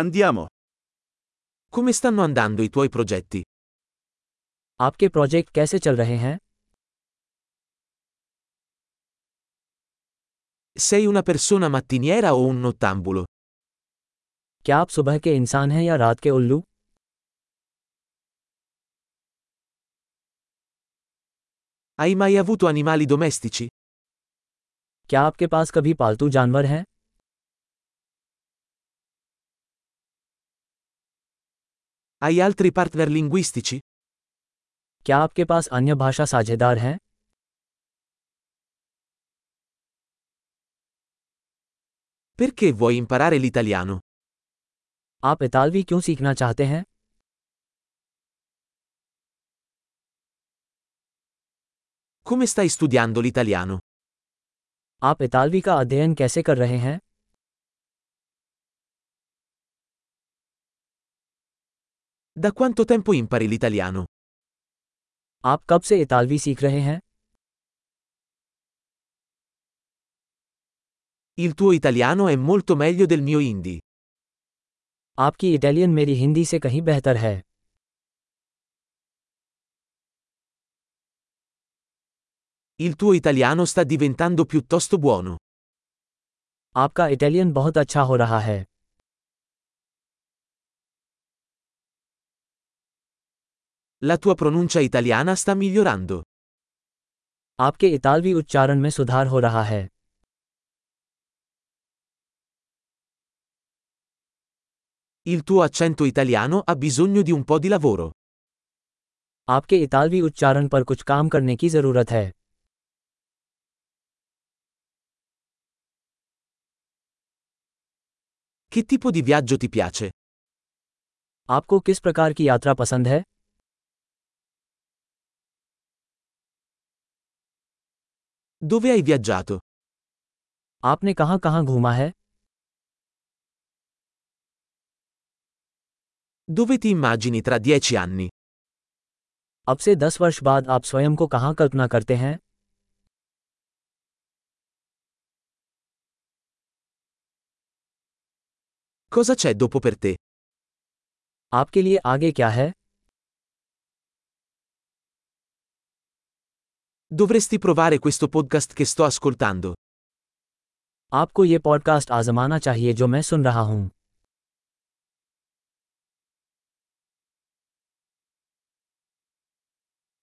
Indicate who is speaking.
Speaker 1: Andiamo. Come stanno andando i tuoi progetti?
Speaker 2: आपके project कैसे चल रहे हैं
Speaker 1: Sei una persona mattiniera o un nottambulo?
Speaker 2: क्या आप सुबह के इंसान हैं या रात के उल्लू
Speaker 1: Hai mai avuto animali domestici?
Speaker 2: क्या आपके पास कभी पालतू जानवर हैं
Speaker 1: Hai altri partner linguistici?
Speaker 2: क्या आपके पास अन्य भाषा साझेदार हैं
Speaker 1: Perché vuoi imparare l'italiano?
Speaker 2: आप इतालवी क्यों सीखना चाहते हैं
Speaker 1: Come stai studiando l'italiano?
Speaker 2: आप इतालवी का अध्ययन कैसे कर रहे हैं
Speaker 1: Da quanto tempo impari l'italiano?
Speaker 2: आप कब से इतालवी सीख रहे हैं
Speaker 1: Il tuo italiano è molto meglio del mio hindi.
Speaker 2: आपकी इटालियन मेरी हिंदी से कहीं बेहतर है
Speaker 1: Il tuo italiano sta diventando piuttosto buono.
Speaker 2: आपका इटालियन बहुत अच्छा हो रहा है
Speaker 1: La tua pronuncia italiana sta migliorando.
Speaker 2: आपके इतालवी उच्चारण में सुधार हो रहा है
Speaker 1: Il tuo accento italiano ha bisogno di un po' di lavoro.
Speaker 2: आपके इतालवी उच्चारण पर कुछ काम करने की ज़रूरत है
Speaker 1: Che tipo di viaggio ti piace?
Speaker 2: आपको किस प्रकार की यात्रा पसंद है
Speaker 1: Dove hai viaggiato?
Speaker 2: आपने कहाँ कहाँ घूमा है
Speaker 1: Dove ti immagini tra dieci anni?
Speaker 2: अब से दस वर्ष बाद आप स्वयं को कहाँ कल्पना करते हैं
Speaker 1: Cosa c'è dopo per te?
Speaker 2: आपके लिए आगे क्या है
Speaker 1: Dovresti provare questo podcast che sto ascoltando.
Speaker 2: आपको ये पॉडकास्ट आजमाना चाहिए जो मैं सुन रहा हूँ